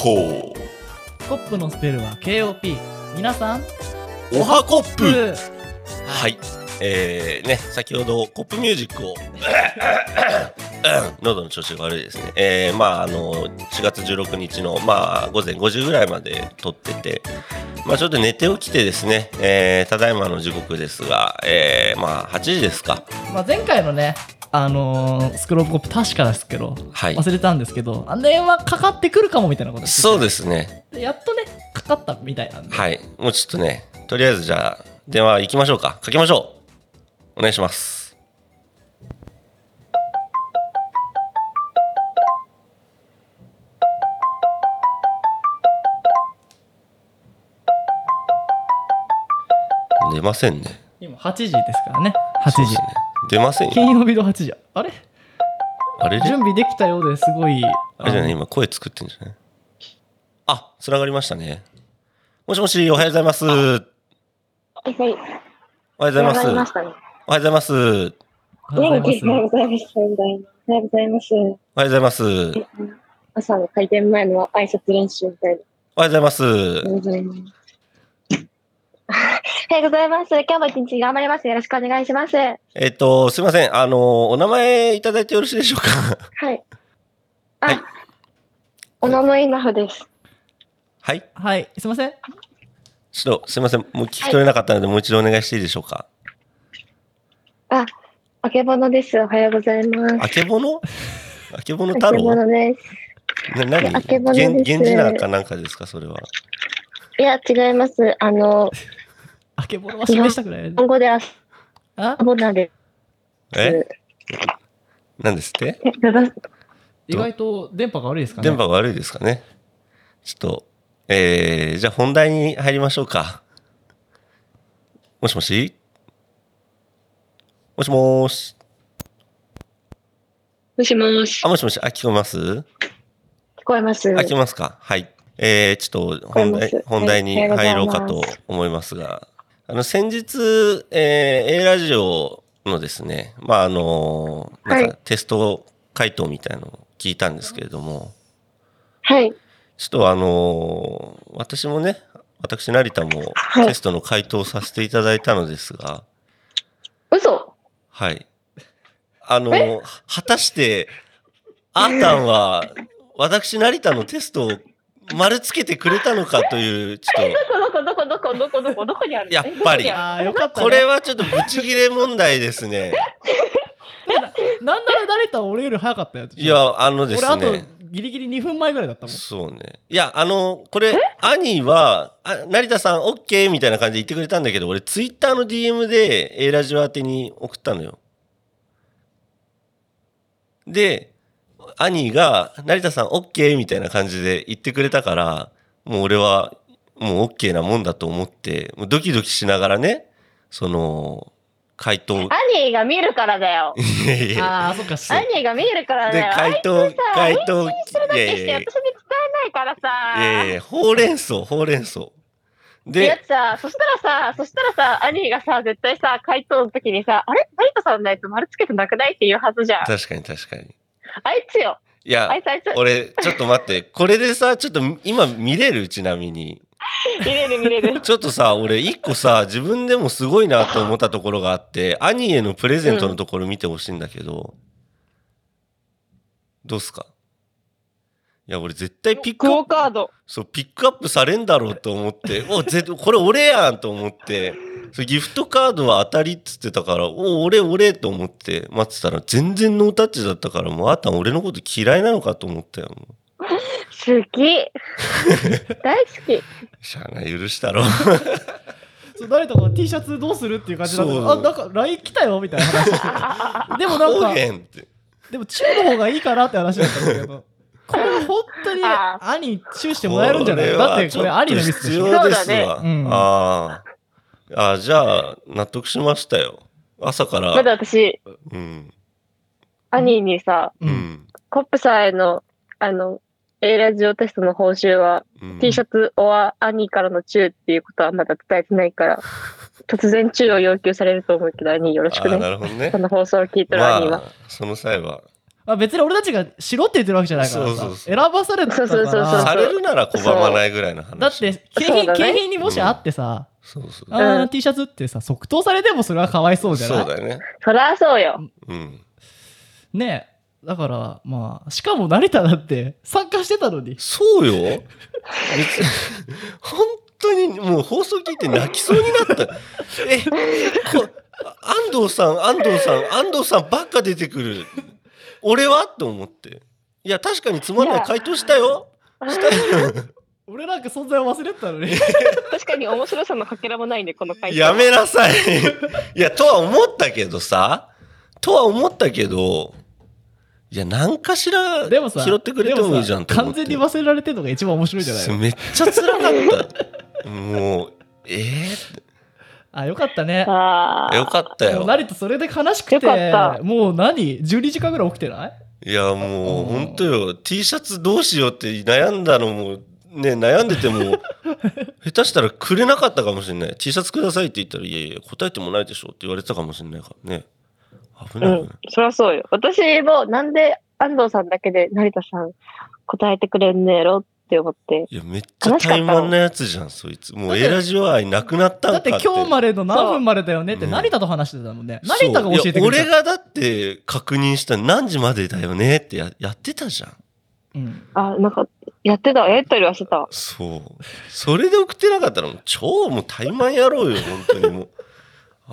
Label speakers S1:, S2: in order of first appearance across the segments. S1: コップのスペルは KOP 皆さん
S2: おはコップ
S1: プ
S2: はい。えー、ね、先ほどコップミュージックを、喉の調子が悪いですね。えー、まあ、あの、4月16日の、まあ、午前5時ぐらいまで撮ってて、まあ、ちょっと寝て起きてですね、えー、ただいまの時刻ですが、えー、まあ、8時ですか。
S1: まあ、前回のねあのースクロールコップ確かですけど
S2: はい。
S1: 忘れたんですけど、あ電話かかってくるかもみたいなこと言ってて
S2: そうですね。
S1: でやっとねかかったみたいなんで
S2: はい、もうちょっとね、とりあえずじゃあ、電話行きましょうか。かけましょう。お願いします。出ませんね。
S1: 今8時ですからね8
S2: そう
S1: 時、
S2: ですね出ませんよ。
S1: 金曜日の8時あれ
S2: あれれ
S1: 準備できたようですごい
S2: あれじゃない
S1: あの
S2: 今声作ってんじゃないあ、つながりましたね。もしもし、おはようございます。おはよ
S3: はい、はい。
S2: うございます。おは
S3: ま
S2: よ
S3: したね。
S2: うございます。
S1: おはよう
S3: 元
S1: ござい
S3: 気おはよ
S1: ま
S3: うございます。おはようございます。おはようございます。
S2: おはようございます。
S3: 朝の開店前の挨拶練習みたいな。
S2: おはようございます。
S3: おはようございます。おはようございます。今日も一日頑張ります。よろしくお願いします。は
S2: えっと、すいません。あの、お名前いただいてよろしいでしょうか
S3: い。あ、
S2: はい
S3: 小野の稲穂です。
S2: はい。
S1: すはいすいません
S2: ちょっと、すいません。もう聞き取れなかったので、もう一度お願いしていいでしょうか。
S3: あけぼのです。おはようございます。
S2: あけぼのあけぼの
S3: あ
S2: 太
S3: けぼ
S2: 郎
S3: のです。
S2: な何
S3: あけぼのです
S2: 源源氏なんかなんかですかそれは。
S3: いや、違います。あ の、
S1: あけぼのは示したくない
S3: 今後で遊
S1: あ
S3: ぼなんで
S2: え
S3: す。
S2: なんですって
S3: えただ
S1: 意外と電波が悪いですかね
S2: 電波が悪いですかねちょっと、えー、じゃあ本題に入りましょうか。もしもしもしもーし。
S3: もしもし。
S2: あ、もしもし。あ、聞こえます
S3: 聞こえます。
S2: 開きますか。はい。えー、ちょっと本
S3: 開
S2: 題
S3: けます
S2: 本題に
S3: はい
S2: 入ろうか
S3: おはよう
S2: と
S3: ございます
S2: 思いますが、あの先日、えー、A ラジオのですね、まああのーなん
S3: は
S2: かテスト回答みたいのを聞いたんですけれども、
S3: はい。
S2: ちょっとあのー私もね、私成田も
S3: はい
S2: テストの回答をさせていただいたのですが、
S3: 嘘
S2: はい。あのー果たして、あーたんは、私成田のテストを丸つけてくれたのかという、ちょっと、
S3: どこどこどこどこどこどこどこにある
S2: やっぱり
S1: ああよかった、ね、
S2: これはちょっとブチギレ問題ですね。
S1: なんなら誰とは俺より早かったやつ
S2: いや、あのです
S1: 俺あと
S2: ね。
S1: ギリギリ2分前ぐらいだったもん
S2: そうね。いや、あの、これ、兄は、あ成田さん、オッケーみたいな感じで言ってくれたんだけど、俺、ツイッターの DM で、A ラジオ宛てに送ったのよ。で、兄が、成田さん、オッケーみたいな感じで言ってくれたから、もう俺は、もうオッケーなもんだと思って、もうドキドキしながらね、その、回答、
S3: 兄が見るからだよ。
S2: いやいや
S1: ああそっか
S3: 兄が見るからだ
S2: で
S3: よ。
S2: 回答
S3: あいつさ
S2: 回答
S3: 返信するだけして
S2: いやい
S3: 私に
S2: や
S3: 伝
S2: いや
S3: えないからさ。
S2: いやいやほうれん草ほうれん草
S3: いや
S2: で
S3: さ、そしたらさ、そしたらさ、兄がさ、絶対さ、回答の時にさ、あれ成田さんのやつ丸つけてなくないって言うはずじゃん。
S2: 確かに確かに
S3: あいつよ。
S2: いや
S3: あいつあいつ。
S2: 俺ちょっと待ってこれでさちょっと今見れるちなみに
S3: 見れる見れる。
S2: ちょっとさ俺一個さ自分でもすごいなと思ったところがあって兄へのプレゼントのところ見てほしいんだけど、どうっすかいや俺絶対ピックアップ
S3: カード。
S2: そう、ピックアップされんだろうと 思って、お、ぜ、これ俺やんと思って、そうギフトカードは当たりっつってたから、お、俺、俺と思って待ってたら、全然ノータッチだったから、もうあーたん俺のこと嫌いなのかと思ったよ。もう
S3: 好 き。大好き。
S2: しゃあない、許したろ。
S1: そう誰とか T シャツどうするっていう感じだったけどあ
S2: そう
S1: なんか LINE 来たよみたいな話 でもなん
S2: お
S1: か
S2: へんって。
S1: でも中の方がいいかなって話だったんだけどこれ本当に
S3: あ
S1: 兄チューしてもらえるんじゃないだってこれ兄のミスで
S2: 必
S1: しょ
S2: 要ですわ。
S1: うん
S2: ああ。あじゃあ、納得しましたよ。朝か
S3: まだ
S2: ら、
S3: 私、
S2: うん、
S3: 兄にさ、
S1: う。
S2: うんん、
S3: コップさんへの、あの、A ラジオテストの報酬は、
S2: うん。
S3: T シャツオア兄からのチューっていうことはまだ伝えてないから、突然チューを要求されると思うけど、兄よろしく
S2: あー
S3: ね。
S2: なるほど ね
S3: こ。の放送を聞いてる兄は。
S2: まあ、その際は。
S1: あ別に俺たちがしろって言ってるわけじゃないからさ
S2: そうそうそう
S1: 選ばされたから
S3: そうそうそうそう
S2: されるなら拒まないぐらいの話。
S1: だって、景
S3: そう
S1: 品
S3: だね
S1: 景品にもしあってさ、
S2: そうそう。
S1: あー T シャツってさ即答されてもそれはかわいそうじゃない
S2: そうだよね。
S3: そりゃそうよ。
S2: うん。
S1: ねえだからまあしかも成田だって参加してたのに
S2: そうよ。別に、 本当にもう放送聞いて泣きそうになった。 え、こ安藤さん、安藤さん、安藤さんばっか出てくる。俺はと思って。いや、確かにつまんない回答したよ。
S1: 俺なんか存在を忘れてたのに
S3: 確かに面白さのかけらもないね、この回
S2: やめなさい。いや、とは思ったけどさ。とは思ったけど、いや、何かしら
S1: でもさ
S2: 拾ってくれてもいいじゃん
S1: で
S2: と
S1: もさ完
S2: 思って。
S1: 全に忘れられてるのが一番面白いじゃないの
S2: めっちゃ辛かった。もう、えー
S1: あよかったね
S3: さあ。
S2: よかった
S1: もう
S2: よ。
S1: 成田それで悲しく
S3: よかって
S1: もう何12時間ぐらい起きてない
S2: いや、もう、
S1: うん
S2: 本当よ。T シャツどうしようって悩んだのも、ね、悩んで ても、下手したらくれなかったかもしれない。T シャツくださいって言ったら、いやいや、答えてもないでしょって言われてたかもしれないからね。危
S3: う
S2: ない、
S3: ん、そりゃそうよ。私もなんで安藤さんだけで成田さん答えてくれんねやろって思って。
S2: いや、めっちゃ怠慢なやつじゃん、そいつ。も
S1: だ
S2: う、
S1: って
S2: エラジオ愛なくなったん
S1: だ
S2: か
S1: って今日までの何分までだよねって
S2: そう
S1: 成田と話してたもんね、
S2: そう
S1: 成田が教えてくれ
S2: いや
S1: た
S2: 俺がだって確認した何時までだよねってややってたじゃん。
S1: うん
S3: あ、なんか、やってた、やったりはしてた。
S2: そう。それで送ってなかったら、もう超もう怠慢やろうよ、本当にもう。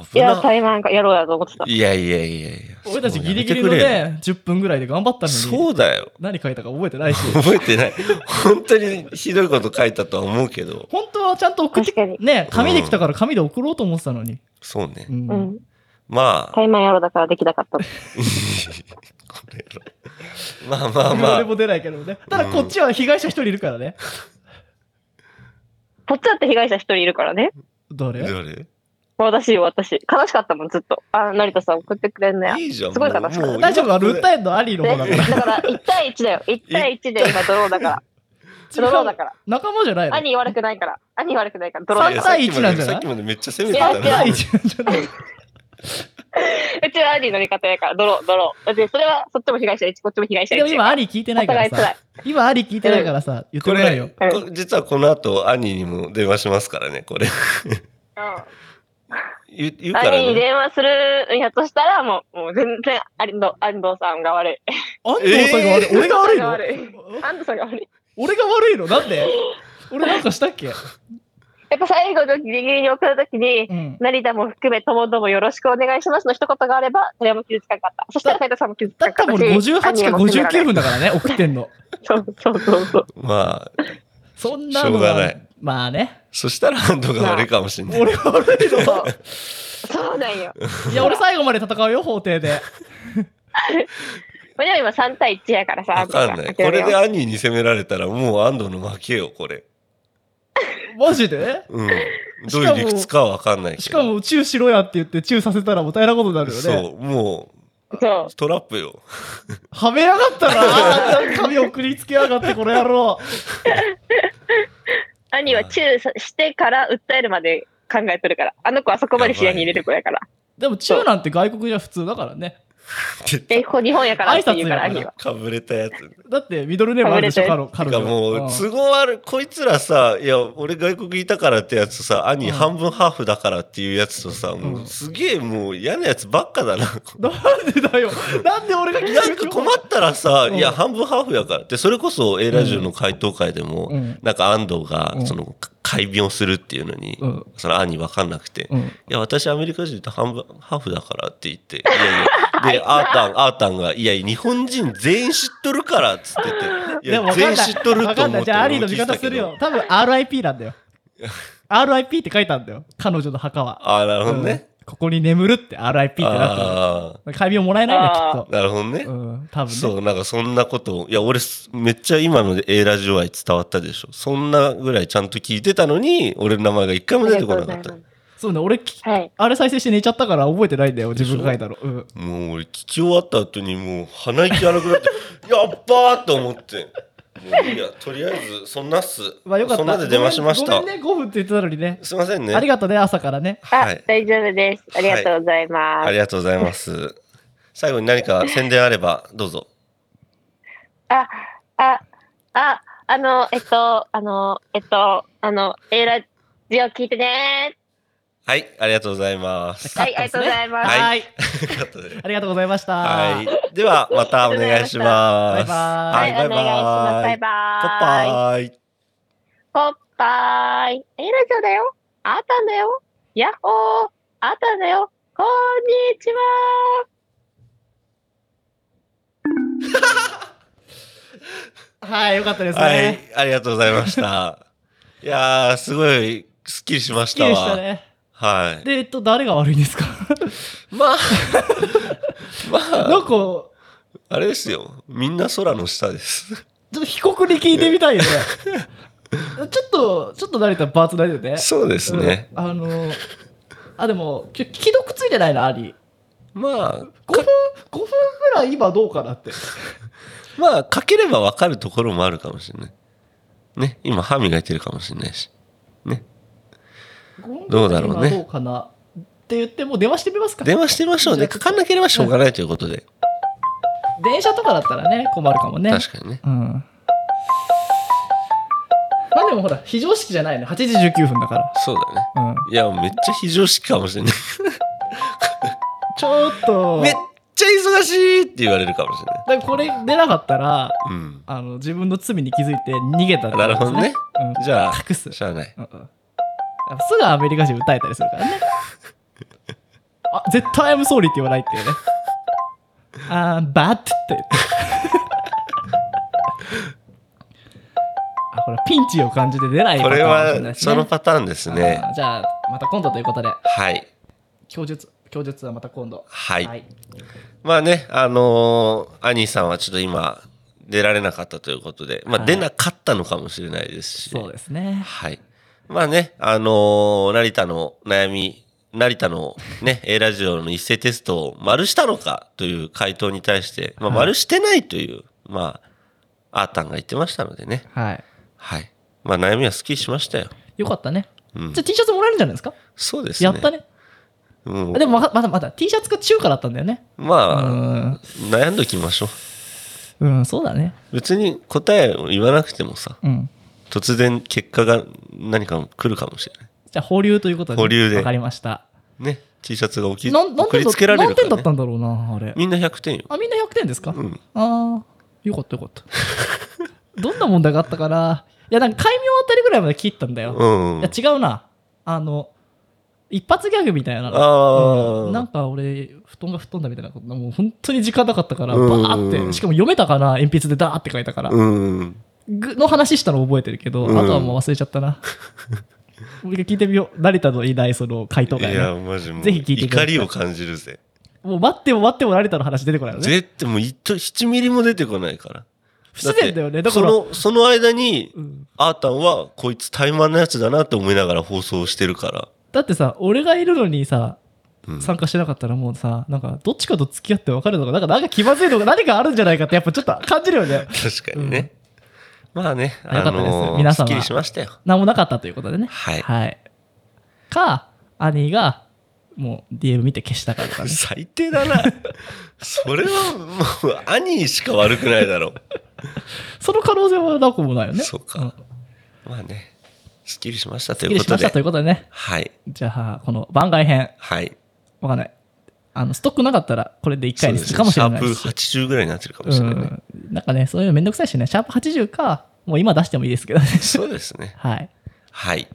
S3: い
S2: 危
S3: や、
S2: な。
S3: 台湾かやろうやと思ってた。
S2: いやいやいやいや。
S1: 俺たちギリギリの
S2: そうやめて
S1: ね10分ぐらいで頑張った
S2: くれよ
S1: のに
S2: そうだよ。
S1: 何書いたか覚えて ないし
S2: 覚えてない。本当にひどいこと書いたとは思うけど。
S1: 本当はちゃんと送って
S3: 確かに
S1: ね紙で来たから紙で送ろうと思ってたのに、
S2: そうね
S1: う。ん
S3: うん。
S2: まあ。
S3: 台湾やろうだからできなかった。
S2: これまあまあ
S1: いくら
S2: ま
S1: で
S2: あ。
S1: も出ないけどねただこっちは被害者一人いるからね
S3: こっちだって被害者一人いるからね。
S1: 誰
S2: どれ
S3: 私よ、私。悲しかったもん、ずっと。あ、成田さん送ってくれんねや。
S2: いいじゃん。
S3: すごい悲しかった
S2: もう
S1: 大丈夫か訴えんのアリーの
S3: ね
S1: 方だ
S3: だ
S1: から
S3: から、1対1だよ。1対1で今、ドローだから。ドローだから。
S1: 仲間じゃない の
S3: 兄悪くないから。兄悪くないから、ドロー
S1: 三
S3: だから。
S1: 対一なんじゃない
S2: さっきまでめっちゃ攻めてた
S1: 3
S2: な
S1: 対1なんじゃないう
S3: ちは兄の味方やから、ドロー、ドロー。だって、それは、そっちも被害者1、こっちも被害者
S1: でも
S3: 1。
S1: 今アリー聞いてな
S3: お
S1: いから
S3: 互い辛い
S1: さ。今アリー聞いてないからさ言って
S2: こ
S1: もらえ
S2: れ
S1: よ、
S2: こ実はこの後、兄にも電話しますからね、これ。
S3: う、
S2: 言う言うんから
S3: 兄に
S2: ね。
S3: 電話するんやとしたらもうもう全然安藤安藤さんが悪い。
S1: 安藤さんが悪い、
S2: えー
S1: 俺が悪い
S3: 安藤さんが
S1: の
S3: 悪い安藤さんが悪い。
S1: 俺が悪いのなんで俺なんかしたっけ
S3: やっぱ最後のギリギリに送るときに、
S1: うん
S3: 成田も含めともどもよろしくお願いしますの一言があれば、それも傷つかなかった。そしたら斉藤さんも傷つか
S1: だっ
S3: なか
S1: た
S3: った
S1: ら
S3: し。
S1: 俺58か59分だからね送って んの
S3: そうそうそうそう。
S2: まあ、
S1: そんなの
S2: しょうがな
S1: はいまあね
S2: そしたら安藤が悪いかもしれない。
S1: 俺が悪いの
S3: そうそうなんよ。
S1: いや俺最後まで戦うよ法廷で
S3: まあ、でも今3対1やからさ。
S2: わかんない。これで兄に責められたらもう安藤の負けよ、これ。
S1: マジで
S2: うん。どういう理屈かはわかんないけど。
S1: しかもチューしろやって言ってチューさせたらもう大変なことになるよ
S2: そ
S1: ね
S2: う、も
S3: そう
S2: う、。トラッ プよ。
S1: はめやがったなあー髪送りつけやがってこの野郎
S3: 兄はチューさしてから訴えるまで考えとるから。あの子はそこまで視野に入れてこやから。
S1: でもチューなんて外国じゃ普通だからね
S3: で、ここ日本やからって言うから、
S1: 挨拶
S3: 兄
S1: や
S3: は。
S2: かぶれたやつ。
S1: だってミドルネームあるでしょ彼女
S2: て
S1: 彼
S2: か
S1: 女
S2: も
S1: ん
S2: う、都合悪い。こいつらさ、いや、俺外国いたからってやつとさ、兄
S1: うん
S2: 半分ハーフだからっていうやつとさ、も
S1: うん
S2: うすげえもう嫌なやつばっ かだな。
S1: なんでだよなんで俺が
S2: なんか困ったらさ、
S1: うん
S2: いや、半分ハーフやからって、それこそ A ラジオの回答会でも、
S1: うん
S2: なんか安藤が
S1: う、ん
S2: その、か改便をするっていうのに、
S1: うん
S2: その兄わかんなくて、
S1: う
S2: い
S1: ん
S2: や、私アメリカ人と半分、ハーフだからって言って、いやいや、で、アータン、アータンが、いや、日本人全員知っとるからっつって て、い
S1: で
S2: や
S1: も、分か
S2: 全
S1: ん
S2: 員
S1: ない
S2: 知っとると思
S1: 分
S2: って
S1: かんないじゃあアリーの味
S2: 思い切
S1: 方
S2: ったけ
S1: す
S2: ど
S1: るよ。多分 RIP なん だよ RIP って書いたんだよ彼女の墓は
S2: ああ、なるほどね。
S1: うんここに眠るって RIP ってなって
S2: あ
S1: る改名もらえないねき
S3: あー
S1: っ
S2: あ、なるほどね
S1: と。うん多分ね
S2: そう、なんかそんなことを、いや、俺す、めっちゃ今ので A ラジオ愛伝わったでしょ。そんなぐらいちゃんと聞いてたのに、俺の名前が一回も出てこなかった。
S3: あり
S1: そうね、俺、き
S3: はい。
S1: あれ再生して寝ちゃったから覚えてないんだよ、自分が書いたの。うん。
S2: もう俺聞き終わった後にもう鼻息荒くなってやっばーと思ってもういいやとりあえずそんなっす、
S1: まあよかった。
S2: そんなで出ましました、
S1: ごめんごめんね、5分って言ってたのにね。
S2: すいませんね
S1: ありがとうね、朝からね。
S3: あ、
S2: はい
S3: 大丈夫です。ありがとうございます。
S2: ありがとうございます最後に何か宣伝あればどうぞ
S3: あ、あ、あ、あの、えっと、あの、えっと、あの、A ラジオ聞いてね
S2: はいありがとうございます
S3: はい、ありがとうございます。
S2: は
S1: はいい。
S2: よかったです
S1: ありがとうございました。
S2: はいではまたお願いしま
S1: バイ
S2: す
S1: バイ
S2: はい
S3: お願いします。バイバ
S2: ポッ
S3: イ。
S2: パーイ
S3: ポッパーイ。エラジオだよ。あったんだよ。ヤッホー。あったんだよ。こんにちは。
S1: はい、よかったですね。
S2: はい、ありがとうございました。いやー、すごい、すっきりしまし
S1: すったき
S2: わ。
S1: りしたね。
S2: はい。
S1: で、えっと、誰が悪いん ですか
S2: まあ、 ま
S1: な
S2: あ、
S1: んか、ちょ
S2: あれですよ。みんな空の下です。
S1: っと被告に聞いてみた いよね。ちょっと、ちょっと慣れたパーツ慣れてね。
S2: そうですね。
S1: うんあの、あ、でも、ちょ既読ついてないな、アリ。
S2: まあ、
S1: 5分、5分ぐらい今どうかなって。
S2: まあ、かければわかるところもあるかもしれない。ね、今、歯磨いてるかもしれないし。どうだろうね
S1: 今どうかなって言って、もう電話してみますか。
S2: 電話してみましょうね。かかんなければしょうがないということで。
S1: 電車とかだったらね、困るかもね。
S2: 確かにね。
S1: うん。まあでもほら、非常識じゃないの。8時19分だから。
S2: そうだね。
S1: うん。
S2: いや、めっちゃ非常識かもしれない。
S1: ちょっと。
S2: めっちゃ忙しいって言われるかもしれない。
S1: だからこれ出なかったら、
S2: うん。
S1: あの、自分の罪に気づいて逃げたってことです
S2: なるほどね。じゃあ、
S1: うん。隠す。
S2: しゃあない。
S1: うんうんやっぱすぐアメリカ人歌えたりする からね。あ、絶対 I'm sorry って言わないっていうね。あー、バッって 言って。あ、これピンチを感じて出ない
S2: これ
S1: パターンかもしれない
S2: は
S1: ですね
S2: そのパターンですね。
S1: あーじゃあ、また今度ということで、
S2: はい。
S1: 供述、供述はまた今度。
S2: はいまあね、あのー、アニーさんはちょっと今、出られなかったということで、ま
S1: は
S2: あ
S1: い
S2: 出なかったのかもしれないですし、
S1: そうですね。
S2: はい。まあね、あのー、成田の悩み、成田の ね、A ラジオの一斉テストを丸したのかという回答に対して、まあ
S1: はい
S2: 丸してないという、まあ、あーたんが言ってましたのでね、
S1: はい。
S2: はい。まあ悩みはスッキリしましたよ。
S1: よかったね。
S2: うん
S1: じゃあ。T シャツもらえるんじゃないですか
S2: そうですね。
S1: やったね。
S2: うん
S1: あでもまだまだまだ T シャツが中華だったんだよね。う
S2: まあ、
S1: ん。
S2: 悩んどきましょう。
S1: うん、そうだね。
S2: 別に答えを言わなくてもさ
S1: うん。
S2: 突然結果が何か来るかもしれない
S1: じゃあ保留ということで。
S2: 保留で
S1: わかりました。
S2: ね T シャツが置き
S1: なん何
S2: 送
S1: 点
S2: り
S1: だ
S2: つけられる
S1: 何
S2: か
S1: 点
S2: ら、
S1: だった
S2: ね、
S1: んだろうな、あれ。
S2: みんな100点よ、
S1: あ、みんな100点ですか、
S2: うん、
S1: ああ、よかったよか った。どんな問題があったかな。いや、なんか、解明あたりぐらいまで切ったんだよ。
S2: うん
S1: いや、違うな。あの、一発ギャグみたいなの。
S2: ああ
S1: なんか俺、布団が吹っ飛んだみたいなこと、もう本当に時間なかったから、バ
S2: うん
S1: ーって、しかも読めたかな、鉛筆でダーって書いたから、
S2: うん
S1: ぐの話したの覚えてるけど、
S2: うん
S1: あとはもう忘れちゃった な。もう一回聞いてみよう。成田のいないその回答
S2: い
S1: が、
S2: や
S1: ね、
S2: マジもう
S1: ぜひ聞いてくださ
S2: 怒
S1: い
S2: りを感じるぜ
S1: もう待っても待っても成田の話出てこないよね。
S2: 絶対もう7ミリも出てこないから
S1: 不自然だよね。だ
S2: って
S1: から、
S2: そのその間に、
S1: うん
S2: あーたんはこいつ怠慢なやつだなって思いながら放送してるから、
S1: だってさ、俺がいるのにさ、
S2: うん
S1: 参加してなかったらもうさ、なんか、どっちかと付き合って分かるのか、なんか、なんか気まずいのが何かあるんじゃないかって、やっぱちょっと感じるよね。
S2: 確かにね、まあね
S1: かっ
S2: あ
S1: たです
S2: のー、
S1: 皆
S2: すっ
S1: 様
S2: きりしましたよ
S1: 何もなかったということでね。
S2: はい
S1: か、兄が、もう DM 見て消したからとかね。
S2: 最低だ な。それはもう、兄しか悪くないだろ
S1: その可能性はなくもないよ
S2: う。
S1: ね。
S2: そう
S1: うん
S2: か。まあね、すっきりしましたと
S1: すっ
S2: い
S1: き
S2: う
S1: り
S2: こ
S1: し
S2: と
S1: ましたとい
S2: で。
S1: うことでね。
S2: はい。
S1: じゃあ、この番外編、
S2: はい。
S1: わかんない。あの、ストックなかったら、これで1回にするかもしれない
S2: そうで
S1: し
S2: すねシャープ80ぐらいになってるかも
S1: う
S2: しれないね。
S1: ん。なんかね、そういうのめんどくさいしね、シャープ80か、もう今出してもいいですけどね。
S2: そうですね。
S1: はい。
S2: はい。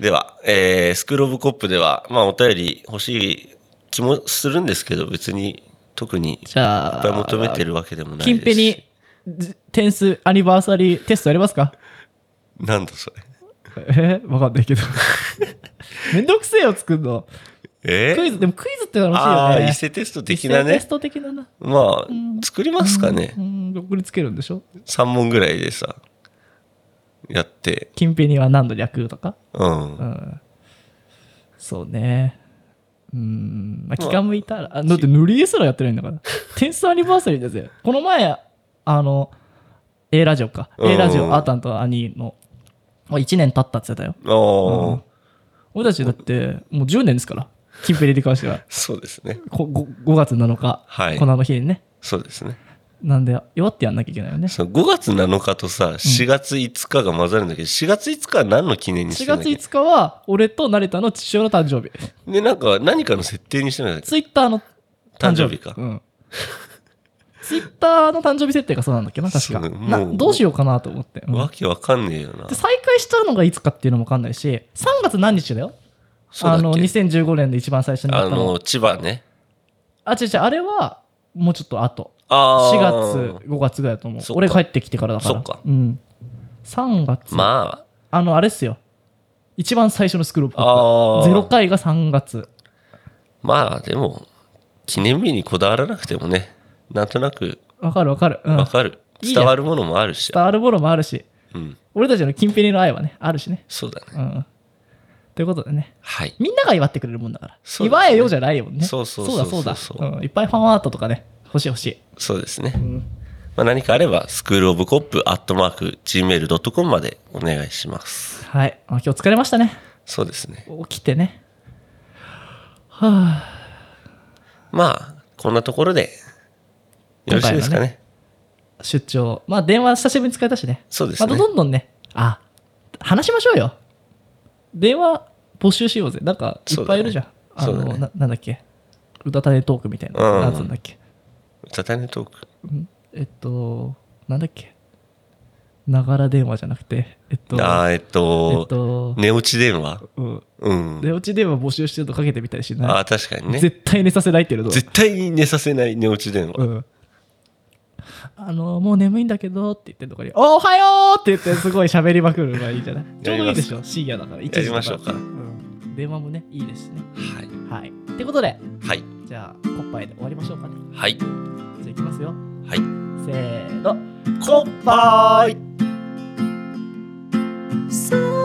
S2: では、えースクールオブコップでは、まあ、お便り欲しい気もするんですけど、別に特にいっ
S1: じゃあ、
S2: ぱい求めてるわけでもない
S1: 近
S2: です
S1: 辺
S2: し
S1: に。じ点数、アニバーサリーテストやりますか
S2: なんだそれ。
S1: えわかんないけど。 めんどくせえよ、作るの。
S2: え
S1: クイズ、でもクイズって楽しい
S2: あ
S1: よ
S2: あ
S1: ね。
S2: ー、伊勢テスト的な
S1: 一斉テ
S2: ね
S1: ス。ト的なな。
S2: まあ
S1: ん、
S2: 作りますかね
S1: う。ん、うん送りつけるんでしょ
S2: 3問ぐらいでさやって
S1: 近辺には何度略とか。
S2: う
S1: うんん。そうね。うん、まあ、気が向いたら、あだって塗り絵すらやってないんだ から。テンスアニバーサリーだぜ。この前、あの、A ラジオか。
S2: うん
S1: A ラジオ、あーたんと兄の、まあ、1年経ったって言ってたよ。
S2: ああ、
S1: うん俺たちだって、もう10年ですから。キンペリに関しては。
S2: そうですね。
S1: こ 5, 月7日、
S2: はい
S1: このあの日にね。
S2: そうですね。
S1: なんで、弱ってやんなきゃいけないよね。
S2: そう5月7日とさ、4月5日が混ざるんだけど、4月5日は何の記念にし
S1: 4
S2: てんだっ
S1: 月
S2: け
S1: 5日は、俺と成田の父親の誕生日。
S2: で、なんか何かの設定にしてないんだっけ
S1: ツイッターの誕生日
S2: 誕生日か
S1: うん。 ツイッターの誕生日設定がそうなんだっけな、確か。
S2: そうね
S1: な
S2: もう
S1: どうしようかなと思って。うん
S2: わけわかんねえよな
S1: で。再開したのがいつかっていうのも分かんないし、3月何日だよ
S2: そうだ
S1: あ
S2: っ
S1: の、
S2: け
S1: 2015年で一番最初に
S2: あ
S1: なったの。
S2: の、千葉ね。
S1: あ、違う違う、あれは、もうちょっと後。
S2: あ
S1: 4
S2: あ。
S1: 月、5月ぐらいだと思う
S2: そ。っか
S1: 俺帰ってきてからだから。
S2: そっか
S1: うん。3月。
S2: ま
S1: あの、あれっすよ。一番最初のスクール
S2: あ、ああ。
S1: ゼロ回が3月。
S2: まあ、でも、記念日にこだわらなくてもね、なんとなく
S1: わかるわかる。うん。
S2: わかる。
S1: いいね
S2: 伝わるものもあるし。
S1: 伝わるものもあるし、
S2: うん。
S1: 俺たちのキンペニの愛はね、あるしね。
S2: そうだね。
S1: うん。ということでね、
S2: はい。
S1: みんなが祝ってくれるもんだから。
S2: そうです
S1: 祝
S2: ね
S1: えよじゃないもんね。
S2: そうそうそうそう
S1: だそ
S2: そ
S1: う
S2: う
S1: だ、うん。いっぱいファンアートとかね、欲しい欲しい。
S2: そうですね。
S1: ん
S2: まあ、何かあれば、スクールオブコップアットマーク Gmail.com までお願いします。
S1: はい。あ今日疲れましたね。
S2: そうですね。
S1: 起きてね。はあ、
S2: まあ、こんなところで、よろしいですかね。
S1: 出張。まあ電話久しぶりに使えたしね。
S2: そうですね
S1: またどんどんね、あ、話しましょうよ。電話募集しようぜ。なんかいっぱいいるじゃん。あ
S2: そうだね
S1: の、
S2: そうだね
S1: な、なんだっけ。うたたねトークみたいな。
S2: うん
S1: なんつうんだっけ。
S2: サタネトーク。
S1: うんえっと、なんだっけ。ながら電話じゃなくて、えっと、
S2: あーえっ
S1: えっ
S2: と、
S1: と、
S2: 寝落ち電話
S1: うん。
S2: うん。
S1: 寝落ち電話募集してるとかけてみたりし
S2: あ
S1: な
S2: あ、確かに
S1: い、
S2: ね。
S1: 絶対寝させないっていうのどう
S2: 絶対に寝させない寝落ち電
S1: う
S2: 話。
S1: ん。あの、もう眠いんだけどって言ってるとこに、おはようって言ってすごい喋りまくるのがいいじゃ ないちょうどいいでしょ深夜だから、1時と
S2: やりましょうか
S1: うん電話もね、いいですしね。
S2: は
S1: はい。ってことで、
S2: い。はい。
S1: じゃあ、コッパイで終わりましょうかね。
S2: はい。
S1: じゃあ、いきますよ。
S2: はい。
S1: せーの。
S2: コッパーイ
S4: 空